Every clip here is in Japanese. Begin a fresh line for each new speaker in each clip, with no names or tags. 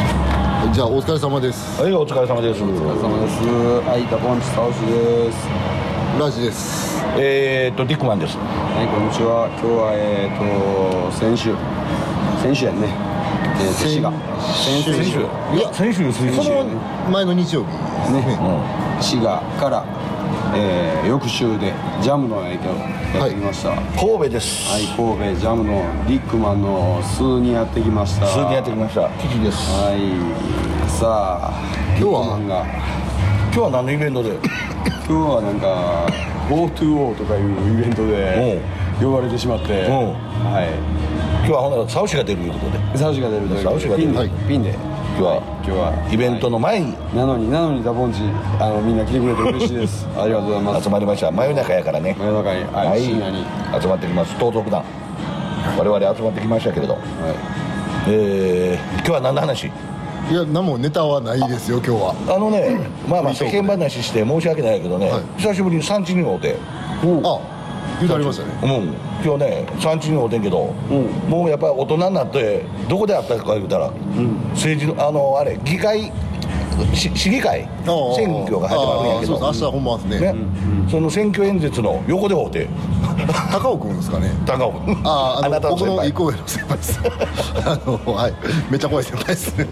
じゃあお疲れ様です
はい、お疲れ様です。
お疲れ様です。はい、ダボンチサウスです。
ラジです
えーっと、ディックマンです。
はい、こんにちは。今日はえっ、と先週、先週やんね。えー、
先
寿司が
先週
々
いや
先週、水
こ
曜
の前の日曜日ですね
滋賀から、えー、翌週でジャムの営業やってきました。はい、
神戸です。
神戸ジャムのディックマンのスーにやってきました。
数年やってきました。キキです。
はい。さあ、
今日は
ディックマンが
今日は何のイベントで。
今日はなんか GoToO とかいうイベントで呼ばれてしまって、
うん
はい。
今日はほんなら、サウシが出るということで。
サウジが出るという
サウジが出る
ピンで、
はい
ピンで
今日は、
今日は
イベントの前に
なのになのにダボンチあのみんな来てくれて嬉しいです ありがとうございます
集まりました。真夜中やからね。
真夜中にはい
はい、
深夜に
集まってきます。盗賊団。我々集まってきましたけれど。
は
えー、今日は何の話。
いや何もネタはないですよ今日は
あのね、まあまあ、
フリートークで
世間話して申し訳ないけどね
はい。
久しぶりに産地に会うて。
あ言うてありましたね
うん、今日ね産地に会うてんけど、もうやっぱり大人になってどこで会ったか言うたら、政治のあのあれ議会し市議会
ああ
選挙が始まるんや
あ
け
そう
ど
です明日本番ですね
ね、その選挙演説の横で会うて
高尾くんですかね
高尾君
ああ
な
の
たの
僕
先
の
輩
一個上の先輩です あのはいめっちゃ怖い先輩ですね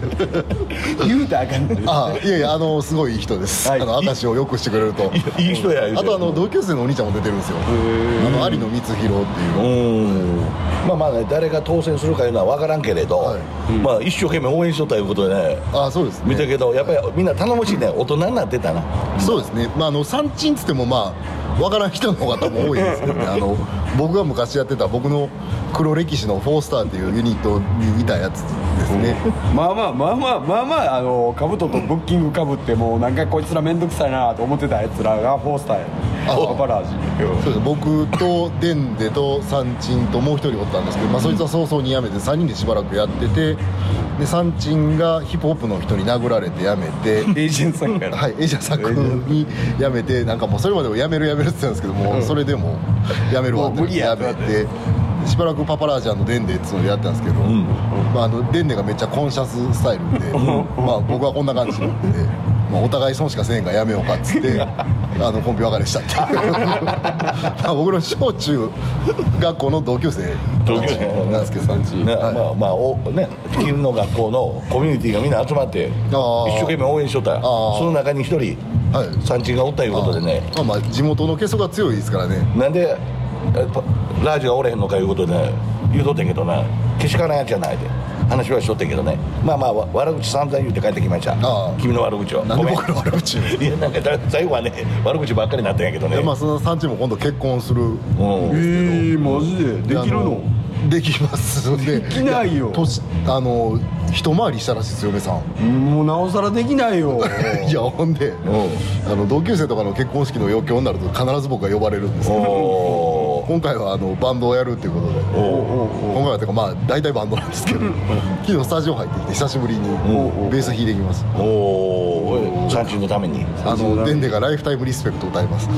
い言うたらあかんね
あいやいやあのすごいいい人です、
はい
あの話をよくしてくれると
いいい人や言うて
あとあの同級生のお兄ちゃんも出てるんですよあの有野光弘っていう
うーんまあまあね誰が当選するかいうのは分からんけれど、
はい
まあ一生懸命応援しとったいうことでね
あそうですね
見たけどやっぱりみんな頼もしいね大人になってたな
そうですね、まあ、あの産地っつってもまあわからん人の方も多いですけどねあの僕が昔やってた僕の黒歴史の「フォースター」っていうユニットにいたやつですね
まあまあまあまあまあまああのカブトとブッキングかぶってもうなんかこいつら面倒くさいなと思ってたやつらがフォースターや
あ
パパラージ
そうです僕とデンデと産地ともう一人おったんですけど、まあ、そいつは早々に辞めて3人でしばらくやっててで産地がヒップホップの人に殴られて辞めて
エージェントさんから
はい、エイジャ作に辞めてなんかもうそれまでも辞める辞めるって言ってたんですけどもうそれでも辞めるわって
もう無理や
辞めてしばらくパパラージャンのデンデっつうのでやってたんですけど、まあ、あのデンデがめっちゃコンシャススタイルで、まあ、僕はこんな感じなんで、まあ、お互い損しかせんからやめようかっつってあのコンビ別れしたっていうまあ僕の小中学校の同級生
同級生
なんですけど
産地
ねまあまあおね金の学校のコミュニティがみんな集まっ
ー
て一生懸命応援しとった
ー
その中に一人
はい
産地がおったいうことでね
まあまあ地元の結束が強いですからね
なんでえパラージがおれへんのかいうことでね言うとってんけどなけしからんやつじゃないで話はしとってんけどねまあまあわ悪口散々言うて帰ってきました
あー
君の悪口を
なん
ご
で
めん
僕の悪口を
いやなんかだ最後はね悪口ばっかりになったんやけどね
でまあその産地も今度結婚する
うん
えー、マジでできるの
あのできますんで
できないよ
や年あの一回りしたらしいですよ嫁さん
もうなおさらできないよ
いやほんで
ん
あの同級生とかの結婚式の余興になると必ず僕が呼ばれるんですよ
おー
今回はあのバンドをやるっていうことで
おー
今回はてかまあ大体バンドなんですけど昨日スタジオ入ってきて久しぶりに
ん
ベース弾いてきます
おー産地のために
あのデンデが「ライフタイムリスペクト」歌います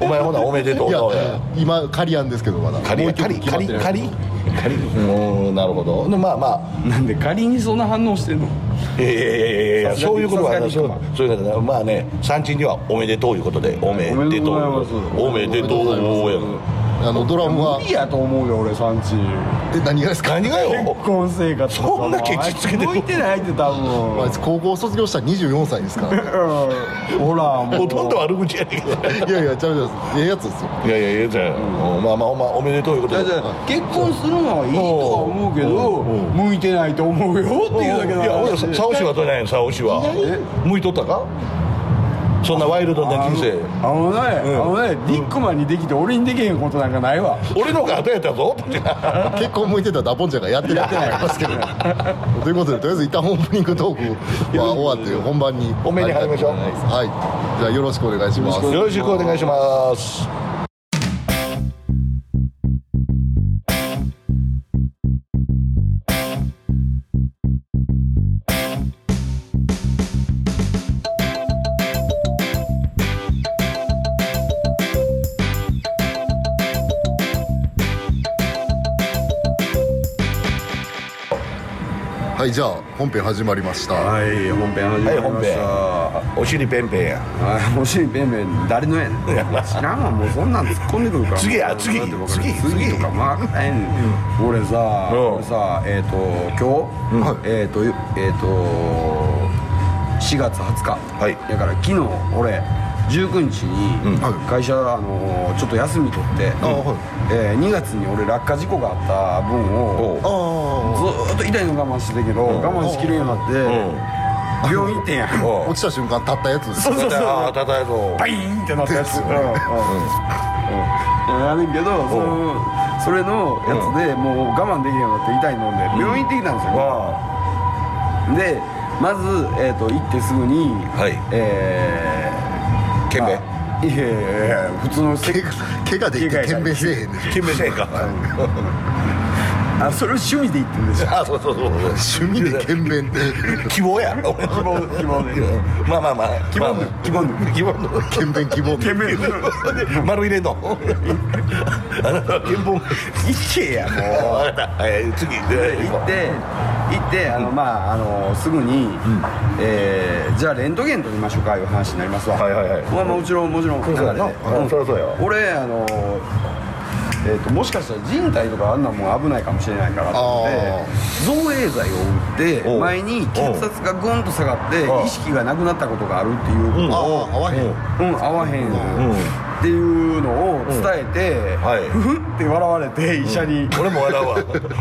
おお前ほなおめでとう
いや
おい
今仮案ですけどまだ
仮
もう一曲
仮
決まっ
仮
てない
仮仮うんなるほどでまあまあ
なんで仮にそんな反応してんの
いやいやいやいやいや
さすが
そういうことは
さ
そう
すがに
そういうことはまあね産地にはおめでとういうことでおめでとうお
お
め
め
でと
でと
う
うございます
おめでとう
あのドラムはい
やと思うよ俺産地
え何がですか
何がよ
結婚生活とかも
そんなケチつけてる
あいつ向いてないって多分
あいつ高校卒業したら24歳ですから
うんほらもう
ほとんど悪口やねんけど
いやいや、ちゃうちゃう、ええやつですよ。
いやいやいやじゃんうんまあまあまあおめでとういうこ
いや
と
い
で
や結婚するのはいいとは思うけど向いてないと思うよっていうだけ
いや俺
だ
さサオシはどうなんやサオシは向いとったかそんなワイルドな
あの
人生
あのね、あのねディックマンにできて俺にできへんことなんかないわ
俺の方が後やったぞって
結婚向いてたダポンちゃんがやってるやってないですけど。ということで、とりあえず一旦オープニングトークは終わって、本番に。
本編に入りましょう
はい。じゃあ、よろしくお願いします。
よろしくお願いします
はい。はいじゃあ本編始まりました、
はい本編始まりましたは
お尻ペンペンや
いもしペンペン誰のやねん知らんわもうそんなん突っ込んでくるから
次や次
だって分かる
次
次とか分かんないねん俺さ
うん
俺さえっと今日えっとえっと4月20日
はい
だから昨日俺19日に
はい
会社あのちょっと休み取って
あはい
えー2月に俺落下事故があった分を
ああ
ずーっと痛いの我慢してたけど我慢しきれんようになって病院行ってんやん
お
落ちた瞬間たったやつです
そうそうそう
ああたたやぞ
バイーンってなったやつうんうんやねんけどそのそれのやつでもう我慢できへんようになって痛いので病院行ってきたんですよ
あ
でまず、えー、と行ってすぐに
はい
え
あ
ー
懸命
あいやいやいや普通のせ
怪我怪我できて懸命せえへんで
懸命せえか
あそれを趣味で行ってんでしょ
あそうそうそうそう
しょ趣味で懸命って
希望や希
望希望ね
まあまあまあ
希望
まあ
希望
希望の
懸命希望
懸命
丸入れんのあなたは憲法
行けやもう
分かったはい次
行って行ってあのまああのすぐに、えーじゃあレントゲン撮りましょうかいう話になりますわ
はいはいはい
まあもちろんもちろん
そうそうやな
流れで
うんそりゃそうやわ
俺あのえー、ともしかしたら人体とかあんなもん危ないかもしれないからと思って造影剤を打っ
お
て
う
前に血圧がグンと下がって
おう
意識がなくなったことがあるっていう
ああ合わへん
うん合わへん
ん
っていうのを伝えて、
はい
ふふって笑われて医者に、
俺も笑うわ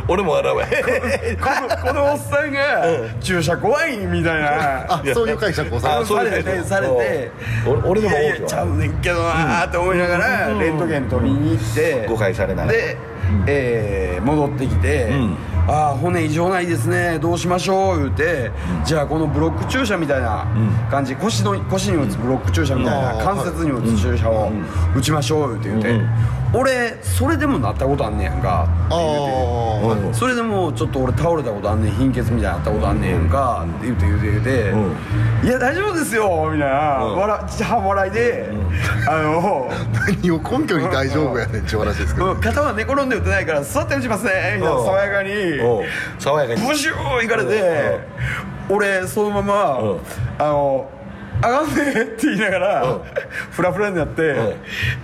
俺も笑うわ
このこのおっさんが注射怖いみたいな
あそういう解釈をさ
あ
れ
そういうこと
されて俺俺でも
い
思
や
う
い
け
やち
ど
ゃうねんけどなーって思いながらレントゲン取りに行って
誤解されない
で、えー戻ってきて、
ん
ああ骨異常ないですねどうしましょう言うて、じゃあこのブロック注射みたいな感じ、腰の腰に打つブロック注射みたいな、
うん
関節に打つ注射を打ちましょう言うて言うて、俺それでもなったことあんねやんかって
あ
言うて。
あはい
それでもうちょっと俺倒れたことあんねん貧血みたいになったことあんねんかって言うて言うて言うて「いや大丈夫ですよ」みたいな笑半笑いであの
何を根拠に大丈夫やねんっていう話ですけど
うん肩は寝転んで打てないから座って打ちますねみたいな
うん
爽やかに
おう爽やかに
ブシューいかれて俺そのま
う
ま
ん
あの「あがんね」って言いなが
う
ら
ん
フラフラになって
ん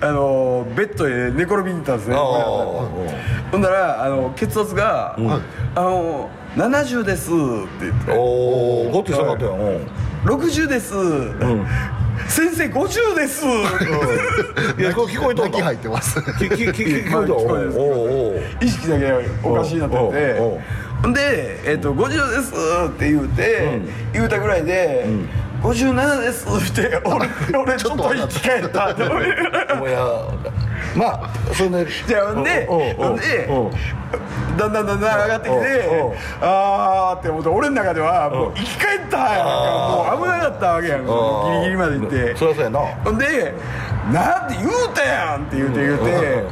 あのベッドへ寝転びに行ったんですね
おうおう
ほんならあの血圧が、あの70ですって言って
おうおうごって下がったようん
60です、先生50です、
いやこう聞こえと
泣
んの
き入ってます
ききき聞こえとん
聞こえます
おうおう
意識だけおかしいなって言っ
おうおうお
て
う
ほんで、えっと「50です」って言うて、言うたぐらいで「57です」って俺俺ちょっと生き返ったって思いながら
おやまあそんで
じゃあほんで
おうおう
ほんで
おう
だんだんだんだん上がってきて
おうおう
あーって思って俺の中ではも
う
うん生き返ったやんかもう危なかったわけやんかギリギリまで行って
そりゃそうやな
ほんで「なんて言うたやん!」って言うて言う
うんう
て
ん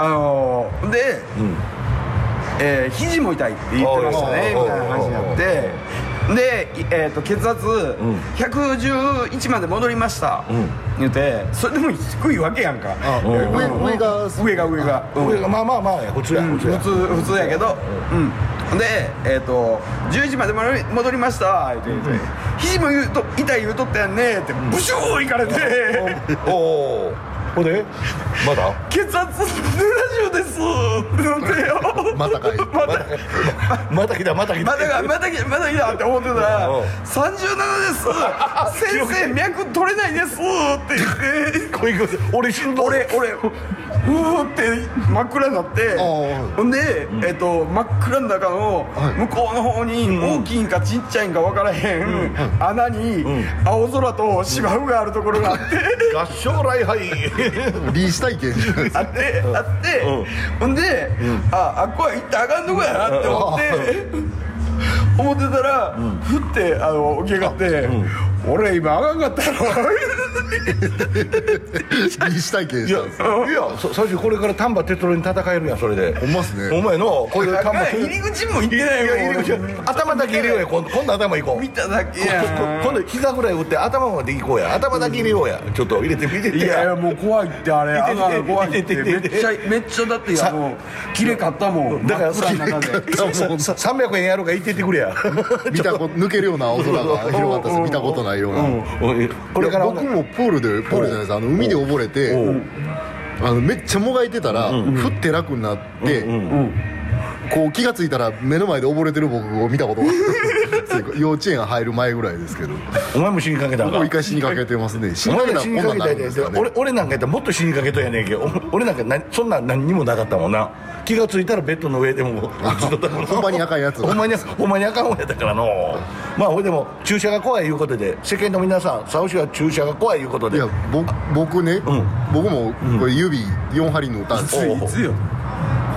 あのーで、
ん
えー肘も痛いって言ってましたね
おうおう
みたいな話になってで、いえー、と血圧111まで戻りました、言うてそれでも低いわけやんか
あ上上が
上が上が、うん
俺がまあまあまあ普通や
う
普
ん
通
普
や
通普通やけどうんでえっ、と「10時まで戻り戻りました」って言って「肘も言うと痛い言うとったやんね」ってブシューいかれて
おおほんでまだ
「血圧70です」ってなってよ
またかい
また
また来たまた来
ま
た
たがまた来たまた来たって思ってたら
うん
「37です先生脈取れないです」って言って
こういうこと俺しんどい
俺俺うーって真っ暗になって
ああ
ほんで、えっと真っ暗の中の
はい
向こうの方に大きいんかちっちゃいんか分からへん穴に青空と芝生があるところがあって
合唱礼拝
臨死体験じゃないです
あ
か
ってあってほんでああっこは行ったらあかんとこやなって思って。思 ってたら、ふってあの起き上がって、俺今あかんかったやろ
臨死体験
い
し
や
たんですよ
いやそ最初これから丹波哲郎に戦えるやんそれで
ほんまっす
お
ね
前のこれ丹波
入り口も行ってない
い
よ
やいるよ頭だけ入れようや今度今度頭いこう
見ただけや
今
ん
度今度膝ぐらい打って頭までいこうや頭だけ入れようやちょっと入れてみて
いやいやもう怖いってあれあ
見て見て
の怖いって
見て
め
見
ってちゃめっちゃだっていやもう綺麗かったもん
だから
真っ暗の中で
ささ300円やろうが言ってってくれや
見たこと抜けるような青空が広がったんです見たことないような、
これから
いや僕もプールでプールじゃないですあの海で溺れてあのめっちゃもがいてたら、ふって楽になって、こう気がついたら目の前で溺れてる僕を見たことが ある幼稚園入る前ぐらいですけど
お前も死にかけたん
もう一
か
回死にかけてますね死
お
にかけ
前
た
も
ら
死
こん
に
な
か
んな
けた
るん
や
です
つや
か
で俺
ね
俺なんかやったらもっと死にかけとんやねんけどお俺なんかなそんなん何にもなかったもんな気がついたらベッドの上でもうずっと
ほんまにあかんやつ
ほんまにほんまにあかんもんやったからのまあほいでも注射が怖いいうことで世間の皆さんサウシは注射が怖いいうこと
い
で
やぼ僕ね、僕もこれ指4針の歌んですよ、
おう
いつよ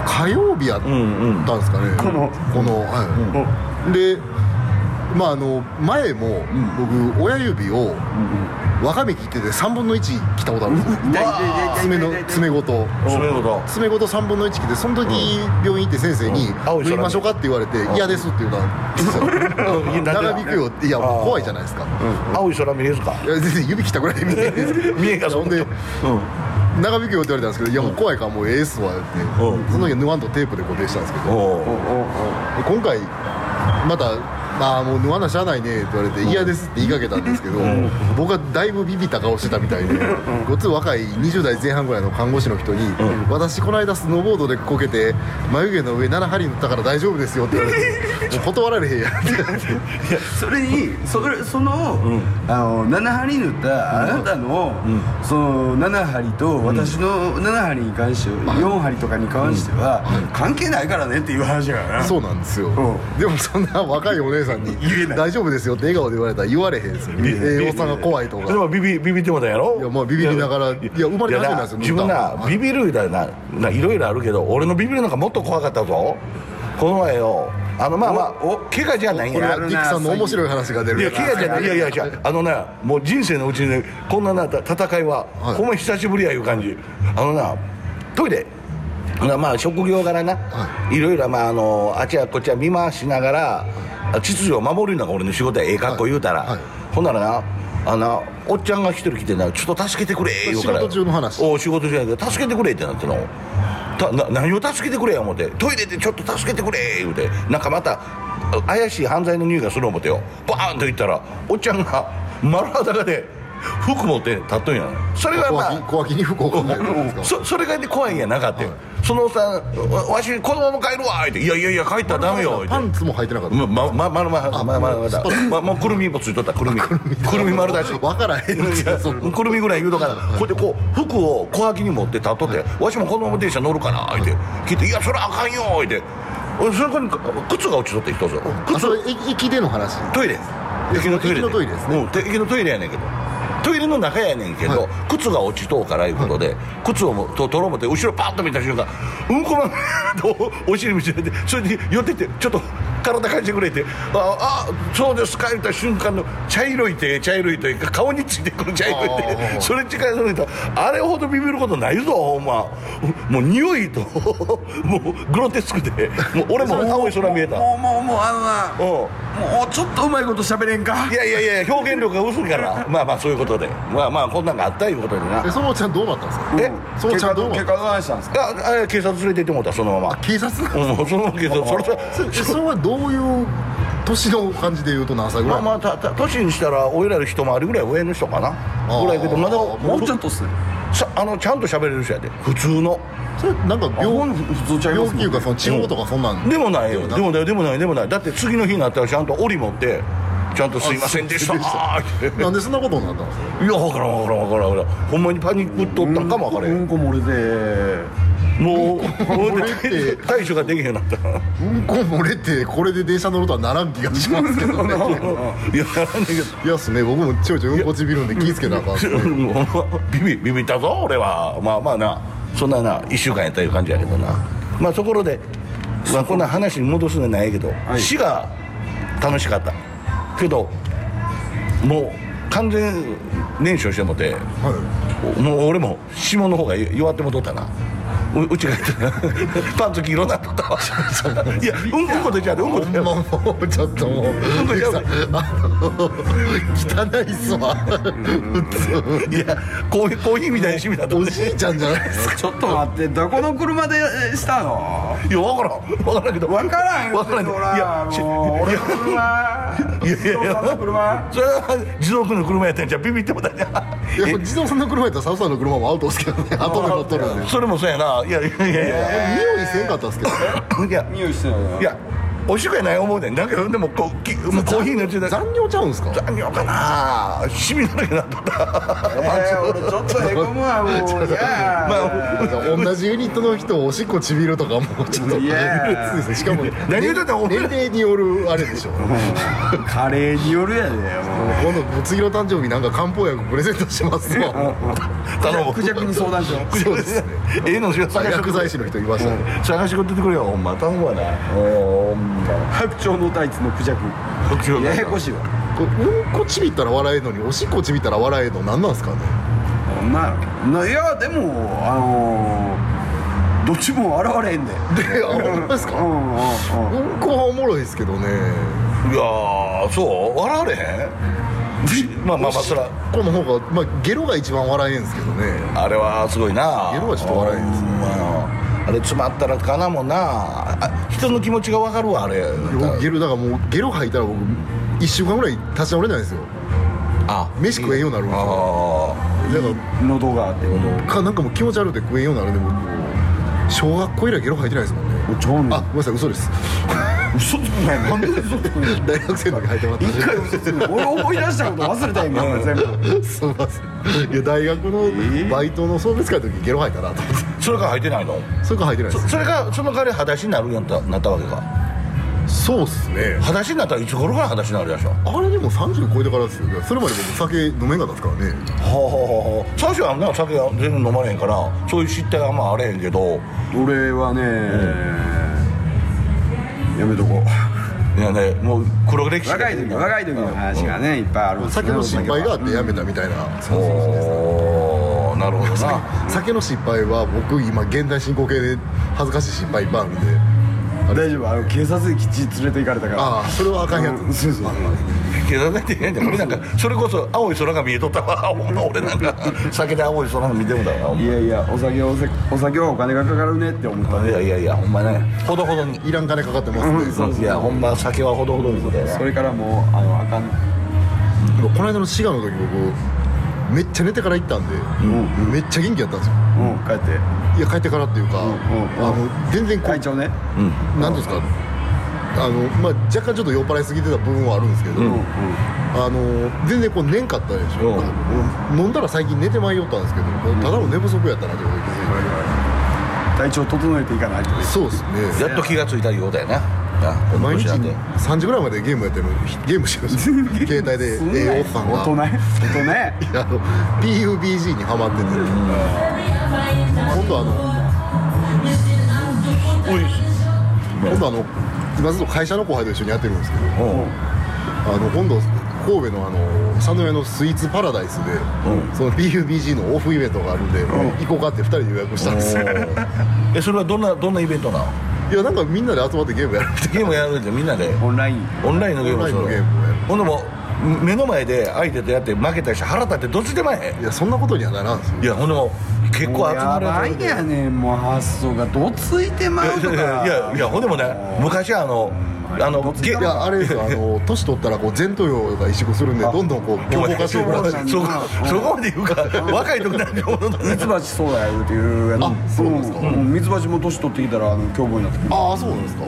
火曜日やったんですかね、このはいでまああの前も僕親指をわかめ切ってて3分の1切ったことあるんですよ爪の爪ごと
そういうこと
爪ごと3分の1切ってその時病院行って先生に
うん青い
「
空
縫いましょうか?」って言われて「嫌です」って言うから
うんいやなんで
長引くよっていやもう怖いじゃないですか
青い空見れるか
いや全然指切ったぐらいで見えへんですけど
見えへんか
ほんで長引くよって言われたんですけど「いやもう怖いからもうええっすわ」って
うん
その時は縫わんとテープで固定したんですけど
おう
で今回また「まあもう縫わなしゃあないね」って言われて「嫌です」って言いかけたんですけど僕はだいぶビビった顔してたみたいでごつ若い20代前半ぐらいの看護師の人に「私この間スノーボードでこけて眉毛の上7針塗ったから大丈夫ですよ」って言われて「もう断られへんやん」って
それにそれその,、あの7針塗ったあなたの,、その7針と私の7針に関して、4針とかに関しては、関係ないからねっていう話やからな
そうなんですよ
ん
でもそんな若いお姉さんに
言え
「
ない
大丈夫ですよ」って笑顔で言われたら言われへんですよええおっさんが怖いとか
それもビビビビってもだやろ
いやまあビビりながらいや生まれなじ
や
め
な
なんですよ
自
塗っ
分
た
な
の
ビビるだなないろいろあるけど俺のビビるなんかもっと怖かったぞこの前よあのまあまあ
おお
怪我じゃないん
これ
や
はディックさんの面白い話が出
い
る
や怪我じゃないいやいやいやあのなもう人生のうちにねこんななた戦いは、
はい
ほんま久しぶりやいう感じあのなトイレほなまあ職業柄な、い、ろいろまああのあちらこちら見回しながらあ秩序を守るのが俺の仕事やええ格好言うたら、
はいはい
ほんならなあのおっちゃんが一人来てなちょっと助けてくれ言うから
仕事中の話
お仕事中やけど助けてくれってなってのたな何を助けてくれや思ってトイレでちょっと助けてくれ言うてなんかまたあ怪しい犯罪の匂いがする思てよバーンと言ったらおっちゃんが丸裸で服持って立っとんやそれがま
小脇
あ
小脇に服をかけてるんですか
そそれがで怖いんやなかって、そのおっさんわ「わしこのまま帰るわ」言うて「いやいやいや帰ったらダメよ」言うて
パンツも履いてなかった
ままままるまままままだままくるみもついとったくるみくるみ丸だし
分からへんですよそんな
くるみぐらい言うとかなほいでこう服を小脇に持って立っとって「わしもこのまま電車乗るかな」言うて聞いて「いやそれあかんよ」言うて俺それに靴が落ちとって一つ
あそれ駅駅での話
トイレ駅のトイレ
駅のトイレですね
うんて駅のトイレやねんけどトイレの中やねんけど、
はい
靴が落ちとうからいうことで、靴をもと取ろう思って後ろパッと見た瞬間うんこまみれとお尻見せられてそれで寄ってってちょっと体返してくれってああそうですか言った瞬間の茶色い手茶色い手顔についてくる茶色い
ああ
手それ近いそれとあれほどビビることないぞほんまもう匂いと もうグロテスクでもう俺も青い空見えた
もうもうもうあの
うん
なもうちょっとうまいこと喋れんか
いやいやいや表現力が薄いからまあまあそういうことでまあまあこんなんがあったいうことでな
えそのおっちゃんどうなったんですか
え
その
結
ちゃ
果
んどう
結果どうなしたんですか
ああ警察連れて行ってもうたそのまま
警察なん
うんそのまま警察それと
そそれはどういう年の感じで言うと何歳ぐ
ま
ら
あ
い
まあたた年にしたら俺らより一回りぐらい上の人かな
ー
ぐらいやけどまだ
もうちょっ
と
とっすね
あのちゃんと喋れる人やで普通の
それなんか
ほん
病
普通ちゃいま
病
す
気いうかその治療とかそんなん
でもないよでもないでもないでもないだって次の日になったらちゃんと檻持ってちゃんと「すいませんでした」ってい
なんでそんなことになったんですか
や分からん分からん分からん分からんほんまにパニックっとったんかも分からへん
うんこ漏れて
もうもう
これって
対処ができへんようになった
うんこ漏れてこれで電車乗るとはならん気がしますけどね
いやなんだけど
いやっすね僕もちょいちょいうんこちびるんで気ぃつけなあかんっすね
ビビビビったぞ俺はまあまあなそんなな1週間やったいう感じやけどなまあところで、まあ、こんな話に戻すのはないけど、
い
死が楽しかったけどもう完全燃焼してもて
は
もう俺も下の方が弱ってもとったなううちがパンツ黄色になっとったわいやうんうんこ出ちゃうでうんこ出ち
い
ゃう
もうもうちょっともう
うんこ出ちゃうで
汚いっすわ普
いやコーヒーコーヒーみたいにしみた
通お
と思って
じいちゃんじゃないですか
ちょっと待ってどこの車でしたの
いや分からん分からんけど
分からんよ
分からんけどいや
い
し
やもう
い
俺
や
の車
いやいやいや
父さんの車
それは自動君の車やったんじゃうビビってもたんじゃう
いや自動さんの車やったらサウさんの車もアウトですけどね後で乗っとるんで
それもそうやないやいやいやいや
匂いせんかったっすけど
いや
匂いしてない
いや美味しくやない思うねんだけどでもこうきもうコーヒーのうちで
残尿ちゃうんすか
残業かなシミだらけなっとった
えー、俺ちょっとへこむわもういや
ま
同じユニットの人おしっこちびるとかもうちょっと
いや
そうですねしかも
何言うてんの
年齢によるあれでしょ
カレーによるやでも
今度次の誕生日なんか漢方薬プレゼントしますわ
頼む
うクジャクに相談しよう
そうですね
ええの探して
薬剤師の人いましたね
探してくれてくれよほんま頼むわなおーほんま
白鳥のタイツのクジャク
こっちを
ややこしいわ
これうんこちびったら笑えるのにおしっこちびったら笑えるの何なんすかね
そんなないやでもあのー、どっちも現れへんで
であ本当です
う
か
んうんうん
うんこはおもろいですけどね
いやーそう笑われへんまあまあまあそら
この方がまあゲロが一番笑えんすけどね
あれはすごいな
ゲロはちょっと笑えんですね
ほんまやあれ詰まったらかなもんなあ人の気持ちが分かるわあれ
僕ゲロだからもうゲロ吐いたら僕1週間ぐらい立ち直れないんですよ
あ
飯食えんようになるんですよ
あ
だから
喉があって
かなんかもう気持ち悪くて食えんようになるんでもう小学校以来ゲロ吐いてないですもんね
ちょう
あ
ね
ごめんなさい嘘です
嘘つくないなんで嘘つくない
大学生の時吐いてま
一
し
回嘘つくない俺思い出したこと忘れた今全部
た すみませんいや大学のバイトの送別会の時ゲロ吐いたなと思って
あそれから入ってないの
それから吐いてないで
そ
す
それがその代わり裸足になるようになったなったわけか
そうっすね
裸足になったらいつ頃から裸足になるでしょ
あれでも30超えてからですよそれまで僕酒飲めんかったですからね
ほうほうほうほう最初はな酒は全然飲まれへんからそういう失態はあんまあれへんけど
俺はね、やめとこう
いやねもう黒歴史
若い時若い時の話がね、いっぱいあるんですね
酒の失敗があってやめたみたいな、
おおーなるほどな
酒の失敗は僕今現代進行形で恥ずかしい失敗いっぱいあるんで
大丈夫あの警察にきっちり連れて行かれたから
ああそれはあかんやつ
うんそうそう
けどだってね俺なんかそれこそ青い空が見えとったわ ほんま俺なんか酒で青い空が見てもだわほん
いやいやお酒お酒お酒はお金がかかるねって思った
まい
ね
やいやいやほんまねほどほどに
いらん金かかってますね、
いやほんま酒はほどほどにみたいな
それからもうあのあかん
でもこの間の滋賀の時僕めっちゃ寝てから行ったんで、めっちゃ元気やったんですよ
うん帰って
いや帰ってからっていうか、
んうん
あの全然こう
会長ね
なんていうんですかあの、まあ、若干ちょっと酔っ払いすぎてた部分はあるんですけど、
ん
あの全然こう寝んかったでしょ、
うん
飲んだら最近寝てまいよったんですけど、ただの寝不足やったなってことに気づいて
体調整えていかないと
そうですね
やっと気がついたようだよねな
毎日
この年になって
3時ぐらいまでゲームやってるのにゲームしてるんですよ 携帯で栄養さん
大
が
人大人ね
いやあの PUBG にハマってて今度あの
おい
今度あの今ずっと会社の後輩と一緒にやってるんですけど
うん
あの今度神戸のあの佐野屋のスイーツパラダイスで、その BUBG のオフイベントがあるんで、行こうかって2人で予約したんですよ
えそれはどんなどんなイベントなの
いやなんかみんなで集まってゲームやるみたい
ゲームやるんでみんなで
オンライ ン
オンラインのゲームする
オンラインのゲームをやる
ほんでもう目の前で相手とやって負けたりして腹立ってどっちでもえ
ないやそんなことにはならんですよ
えいやほんでも結構集ま
や
れた
ばいやねんもう発想がどついてまうとか
いやいやいやほんでもね昔あのあのゲ
いやあれですよあの年取ったらこう前頭葉が萎縮するんでどんどんこう強硬化していくらしい
そ
そう
こそこまで言うか若い時なんてものだね
ミツバチそうだよっていうやつ
あそうなんですか
んミツバチも年取ってきたらあの凶暴になってくる
ああそうなんですか、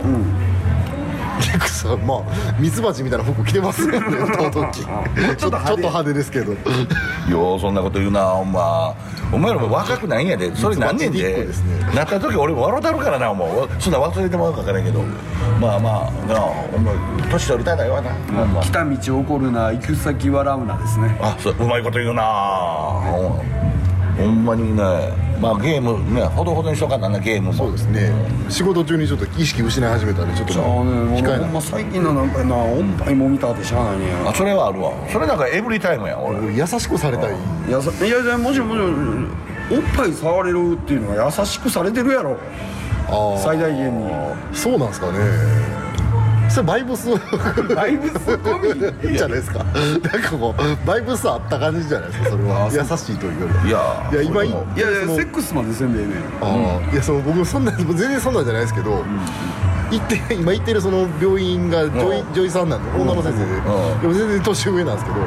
結構さまあミツバチみたいな服着てますよね歌う時ちょちょっと派手ですけど
ようそんなこと言うなお前お前らも若くないんやでそれ何年
一
で
個ですね
なった時俺も笑うたるからなもうそんな忘れてもらうかわからんけどまあまあなあお前年取りたいだよな、ほんま
来た道起こるな行く先笑うなですね
あそううまいこと言うなあほんまにねまあゲームねほどほどにしとかんなんなゲームも
そうですね仕事中にちょっと意識失い始めたんでちょっと
じゃあね
控
も
え
うほ
なんい
ま最近のなんかなおっぱいもみたってしゃあないね
あそれはあるわそれなんかエブリタイムやん俺
俺優しくされたい
いやさいやいやもちろんもちろんおっぱい触れるっていうのは優しくされてるやろ
あ
最大限に
そうなんですかねそれバイブス
だいぶすごい
じゃないですかなんかこうバイブスあった感じじゃないですかそれは優しいというよりはい
や
いや今い
いやいや
その
セックスまでせんでええねん
あーいやその僕そんな全然そんなんじゃないですけど、行って今行ってるその病院が女医,、女医さんなんで女の先生で、
ん
でも全然年上なんですけど、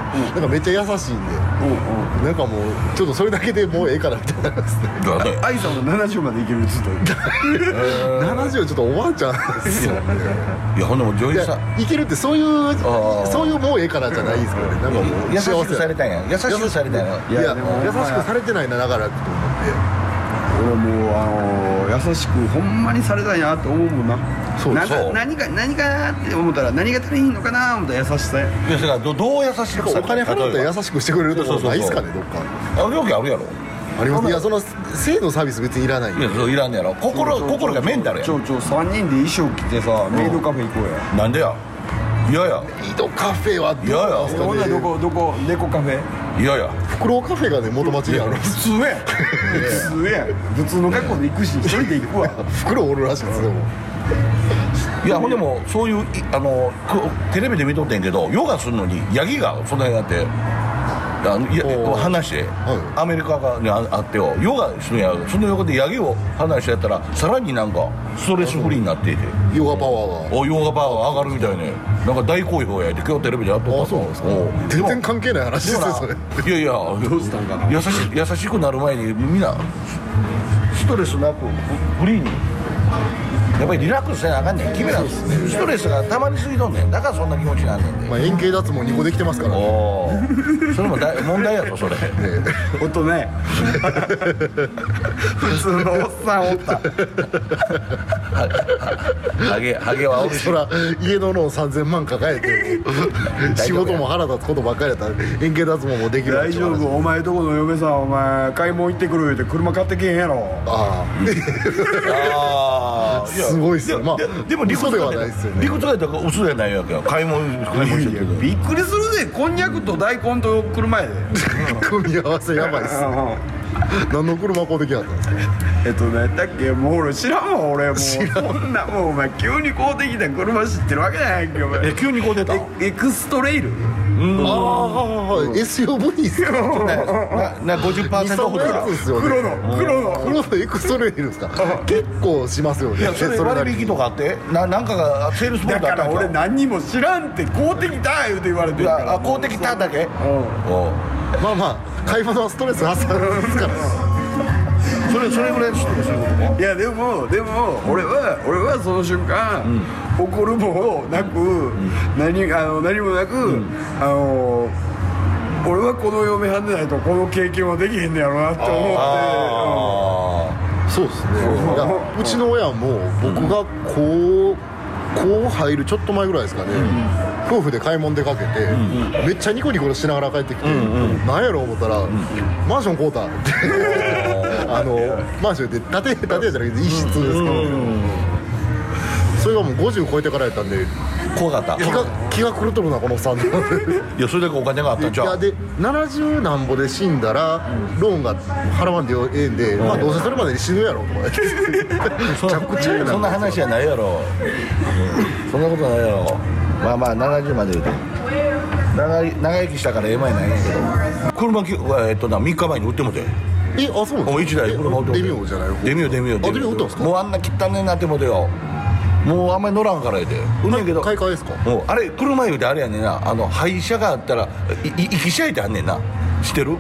なんかめっちゃ優しいんで、なんかもうちょっとそれだけでもうええからみたいになりますね
だからね
愛さんは70までいけるっつって
70ちょっとおばあちゃんなんですよ
いやほんでも女
い
優
や
さん
いけるってそういう
ー
そういうもうええからじゃないですけどねなんかもう
優
幸せ
しくされたんや優しくされたんや
い
い
や
やでも
優しくされてないなだからと思っ
俺もうあのー優しくほんまにされたいなって思うもんな
そう
なんか
そう
何か何かなって思ったら何が足りひんのかな思ったら優しさや
いやそれがどどう優しくされ
て
た
お金払ったら優しくしてくれるところないですかねどっか
あ料金あるやろ
ありますいやその性のサービス別にいらないん
い
で
やそういらんねやろ心心がメンタルや
ちょちょ3人で衣装着てさメイドカフェ行こうや
なんでやいやいや
井戸カフェはどうなんです
えほんな
か
らど
ね
こどこ猫カフェ
いやいや
フクロウカフェがね元町にあるんです
普通やん 普通やん普通の格好で行くし一人で行 くわ
フクロウおるらしいですでも
いやほんでもそういういあのこテレビで見とってんけどヨガするのにヤギがその辺あってあのい
お
や
ー
話して、
はい
アメリカが、ね、ああってよヨガするんやその横でヤギを話してやったらさらになんかストレスフリーになっていて
ヨガパワーが
おヨガパワー上がるみたいねなんか大好評やって今日テレビでやっとった
あそうなんですか
お
全然関係ない話ですねそれ
いやいや
どうしたんかな
優し優しくなる前にみんなストレスなくフフリーにやっぱりリラックスせなあかんねん君らストレスがたまりすぎとんねんだからそんな気持ちになんねんで
まあ円形脱毛2個できてますから
お
ね
おそれもだい問題やぞそれ
おっとね普通のおっさんおった
ハゲハゲはおるし
そら家のローン3000万抱えて仕事も腹立つことばっかりやったら円形脱毛もできる
大丈夫お前とこの嫁さんお前買い物行ってくる言うて車買ってけへんやろ
あ
ああ
すごいっすよまあ
ででも理屈
嘘で
が
はないっすよね
理屈がだから嘘じゃないわけよ買い物買い物してる
びっくりするぜこんにゃくと大根と車 やで
あ組み合わせやばいっす何の車こうできはったんですか
えっとねだっけもう俺知らんわ俺もうこんなもうお前急にこうできた車知ってるわけじゃないんけお前
え急にこう出た
エエクストレイル
ああ SUV っすか
なな50%ほどだ
23ですよね
黒の黒の
これはエクストレイルですか結構しますよね
いやそれ割引とかあってななんかがセールスポ
だ
ートあっ
か
た
ら
ん
俺
ちゃ
何にも知らんってこうできた言うて言われて
うい
るから
やあ公的ただけおう
まあまあ買い物はストレス発散ですから
それそれぐらいの人もそういうことね
いやでもでも俺は俺はその瞬間、怒るもなく、何あの何もなく、あの俺はこの嫁はんでないとこの経験はできへんのやろなって思って
あ
そうですねいやうちの親も僕がこうこう入るちょっと前ぐらいですかね、夫婦で買い物出かけて、めっちゃニコニコしながら帰ってきて、なんやろ思ったら、マンション買うた ってあのマンションって建て建てじゃなくて一室ですけど、それがもう50超えてからやったんで
あ怖かった
気が気が狂っとるなこのおっさんって
いやそれだけお金があったん
い
ちゃ
や
う
で70なんぼで死んだら、ローンが払わんでええんで、まあ、どうせそれまでに死ぬやろとか言って
そ
ちゃくちゃやな
そんな話やないやろそんなことないやろまあまあ70まで言うて長い長生きしたからええまいないんやけど車きえっとな3日前に売ってもて
えあそうなん
もう
で
一
すか
台
え
車売ってもて
デミオじゃない方
デミオデミオ
あデミオ売ったんですか
もうあんな汚ねえなってもてよもうあんまり乗らんからええでうんねんけど
買い替えですか
もうあれ車言うてあれやねんなあの廃車があったらいい行き車ってあんねんな知ってる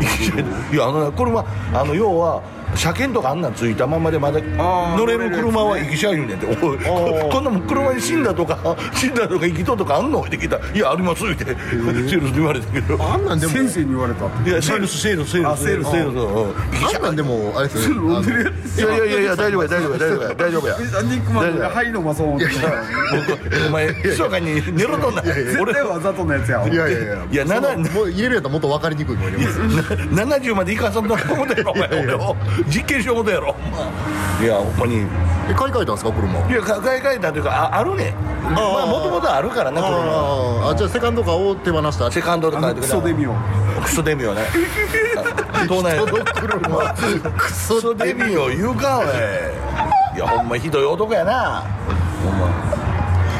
行き車いやあのな車あの要は車検とかあんなんついたままでまだ
あー
乗れる車は生きしゃいるねんて「おいここんなもん車に死んだとか死んだとか生きとうとかあんの?」って聞いたら「いやあります」言 ってセールスに言われたけど
あんなんでも
先生に言われた
いやセールスセールスセールス
あセールス
セールスうん
あんなんでもあれ ですよねあの
いやいやいや いや大丈夫や大丈夫や大丈夫や大丈夫や
ニックマンがハイのマソンって
お前密かに寝ろとんな
絶
俺
対わざとのやつやん
いやいやいや
いやなな
そのもう入れるやったらもっと分かりにくいもん入れます
な70までいかんそんなことやろお前俺を実験しようことやろいやほんまに
え買い替えたんですか車
いやか買い替えたというかああるねまあもともとあるからな車
ああじゃあセカンドカーを手放 した
セカンドで
あ
買え
の
て
クソデミオン
クソデミオねあどうなんやろ
車ク
ク
ソ
ソデミオ言うかおいいやほんまひどい男やなほんま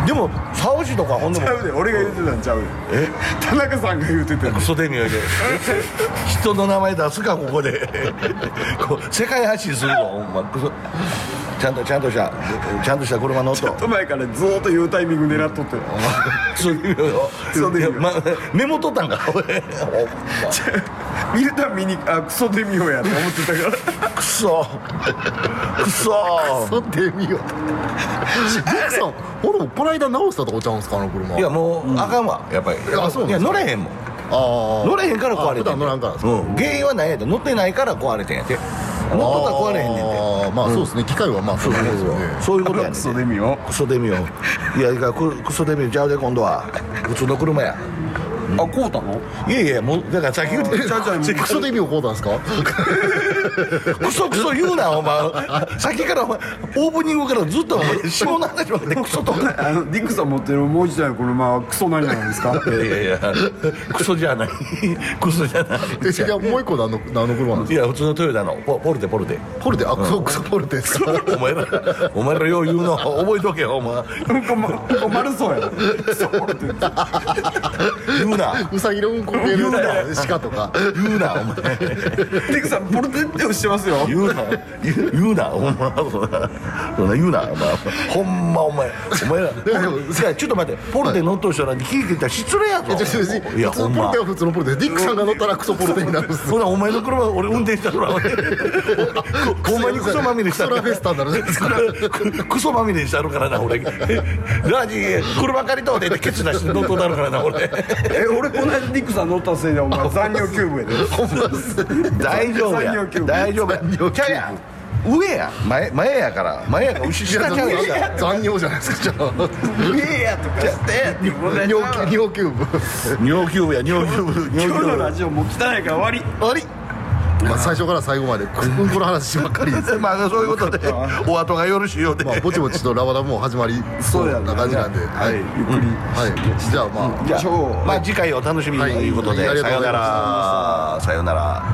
でもサウジとかほんで
ち
も
ゃうで俺が言うてたんちゃうで田中さんが言うてたん
クソデミオで人の名前出すかここで こう世界発信するぞほんまクソちゃんとちゃんとしたちゃんとした車乗っと
ちょっと前からずーっと言うタイミング狙っとって
クソデミオよ
クソデミオ
いやまメモ取ったんか 俺
見るたびにあクソデミオやと思ってたから
クソクソ
クソデミオデクさん俺もこの間直したとこちゃうんですかあの車
いやもうあかんわやっぱり
あそうなん
い
で
や
すか
乗れへんもん
ああ
乗れへんから壊れてん
あ普段乗らんからですか
うん、原因は何やって乗ってないから壊れてんやって乗っとったら壊れへんねんて
ああまあそうですね機械はまあそうですよね
そういうことやねん
ク
て
ソデミオン
クソデミオいやいやククソデミオちゃうで今度は普通の車や
あこうたの
いやいやもうだからさっき言うて
ちゃうちゃう
クソデミオこうたんですか
クソクソ言うなお前さっきからお前オープニングからずっとお前下の話までクソとか
あのディックさん持ってるもう一台の車はクソ何なんです か
いやいやいやクソじゃないクソじゃない
えじゃあもう一個何の何の車なんです
いや普通のトヨタのポポルテポルテ
かポルテあクソクソポルテですか
お前らお前らよう言うの覚えとけよお前
困るそうやクソ俺って
言うな
ウサギのうんこ系の
言
鹿とか
言うなお前
ディックさんポルテッテをしてますよ
言うな言う言うなほんまそんなそんな言うなお前ほんまお前お前らいやちょっと待ってポルテ乗っとる人なんて聞いてきたら失礼やぞ
えちょ別に
いや
普通
ほ
の
ん
ポル
ま
テは普通のポルテディックさんが乗ったらクソポルテになるんです
そんなお前の車俺運転した から俺ほんまにクソまみれした
クソラフェスタになるね
ククソまみれにしてあるからな俺ラージ車借りとうてってケチ出して乗っとうなるからな俺
え俺この間ディックさん乗ったせいでお前残業キューブやで
大丈夫
産業
や
キューブ
大丈夫や
産業キューブ
ちゃうやん上や前前やから前やから後ろ下ちゃうやん
残業じゃないですか じゃあ
ええやとかして問題ちゃう
尿
わ
キ尿キューブ
尿キューブや尿キューブ尿
今
キ
日
ュ
の
ー
ラジオもう汚いから終わり
あれまあ最初から最後までうんこの話ばっかりです
ブまあそういうことでお後がよろしいようで
まあぼちぼちとラバダもう始まりそうな感じなんで
は
はいい
ゆっくり
はいじゃあまあ
じゃ
今日
あまあ次回お楽しみにということで
はい
さような
あ
らさようなら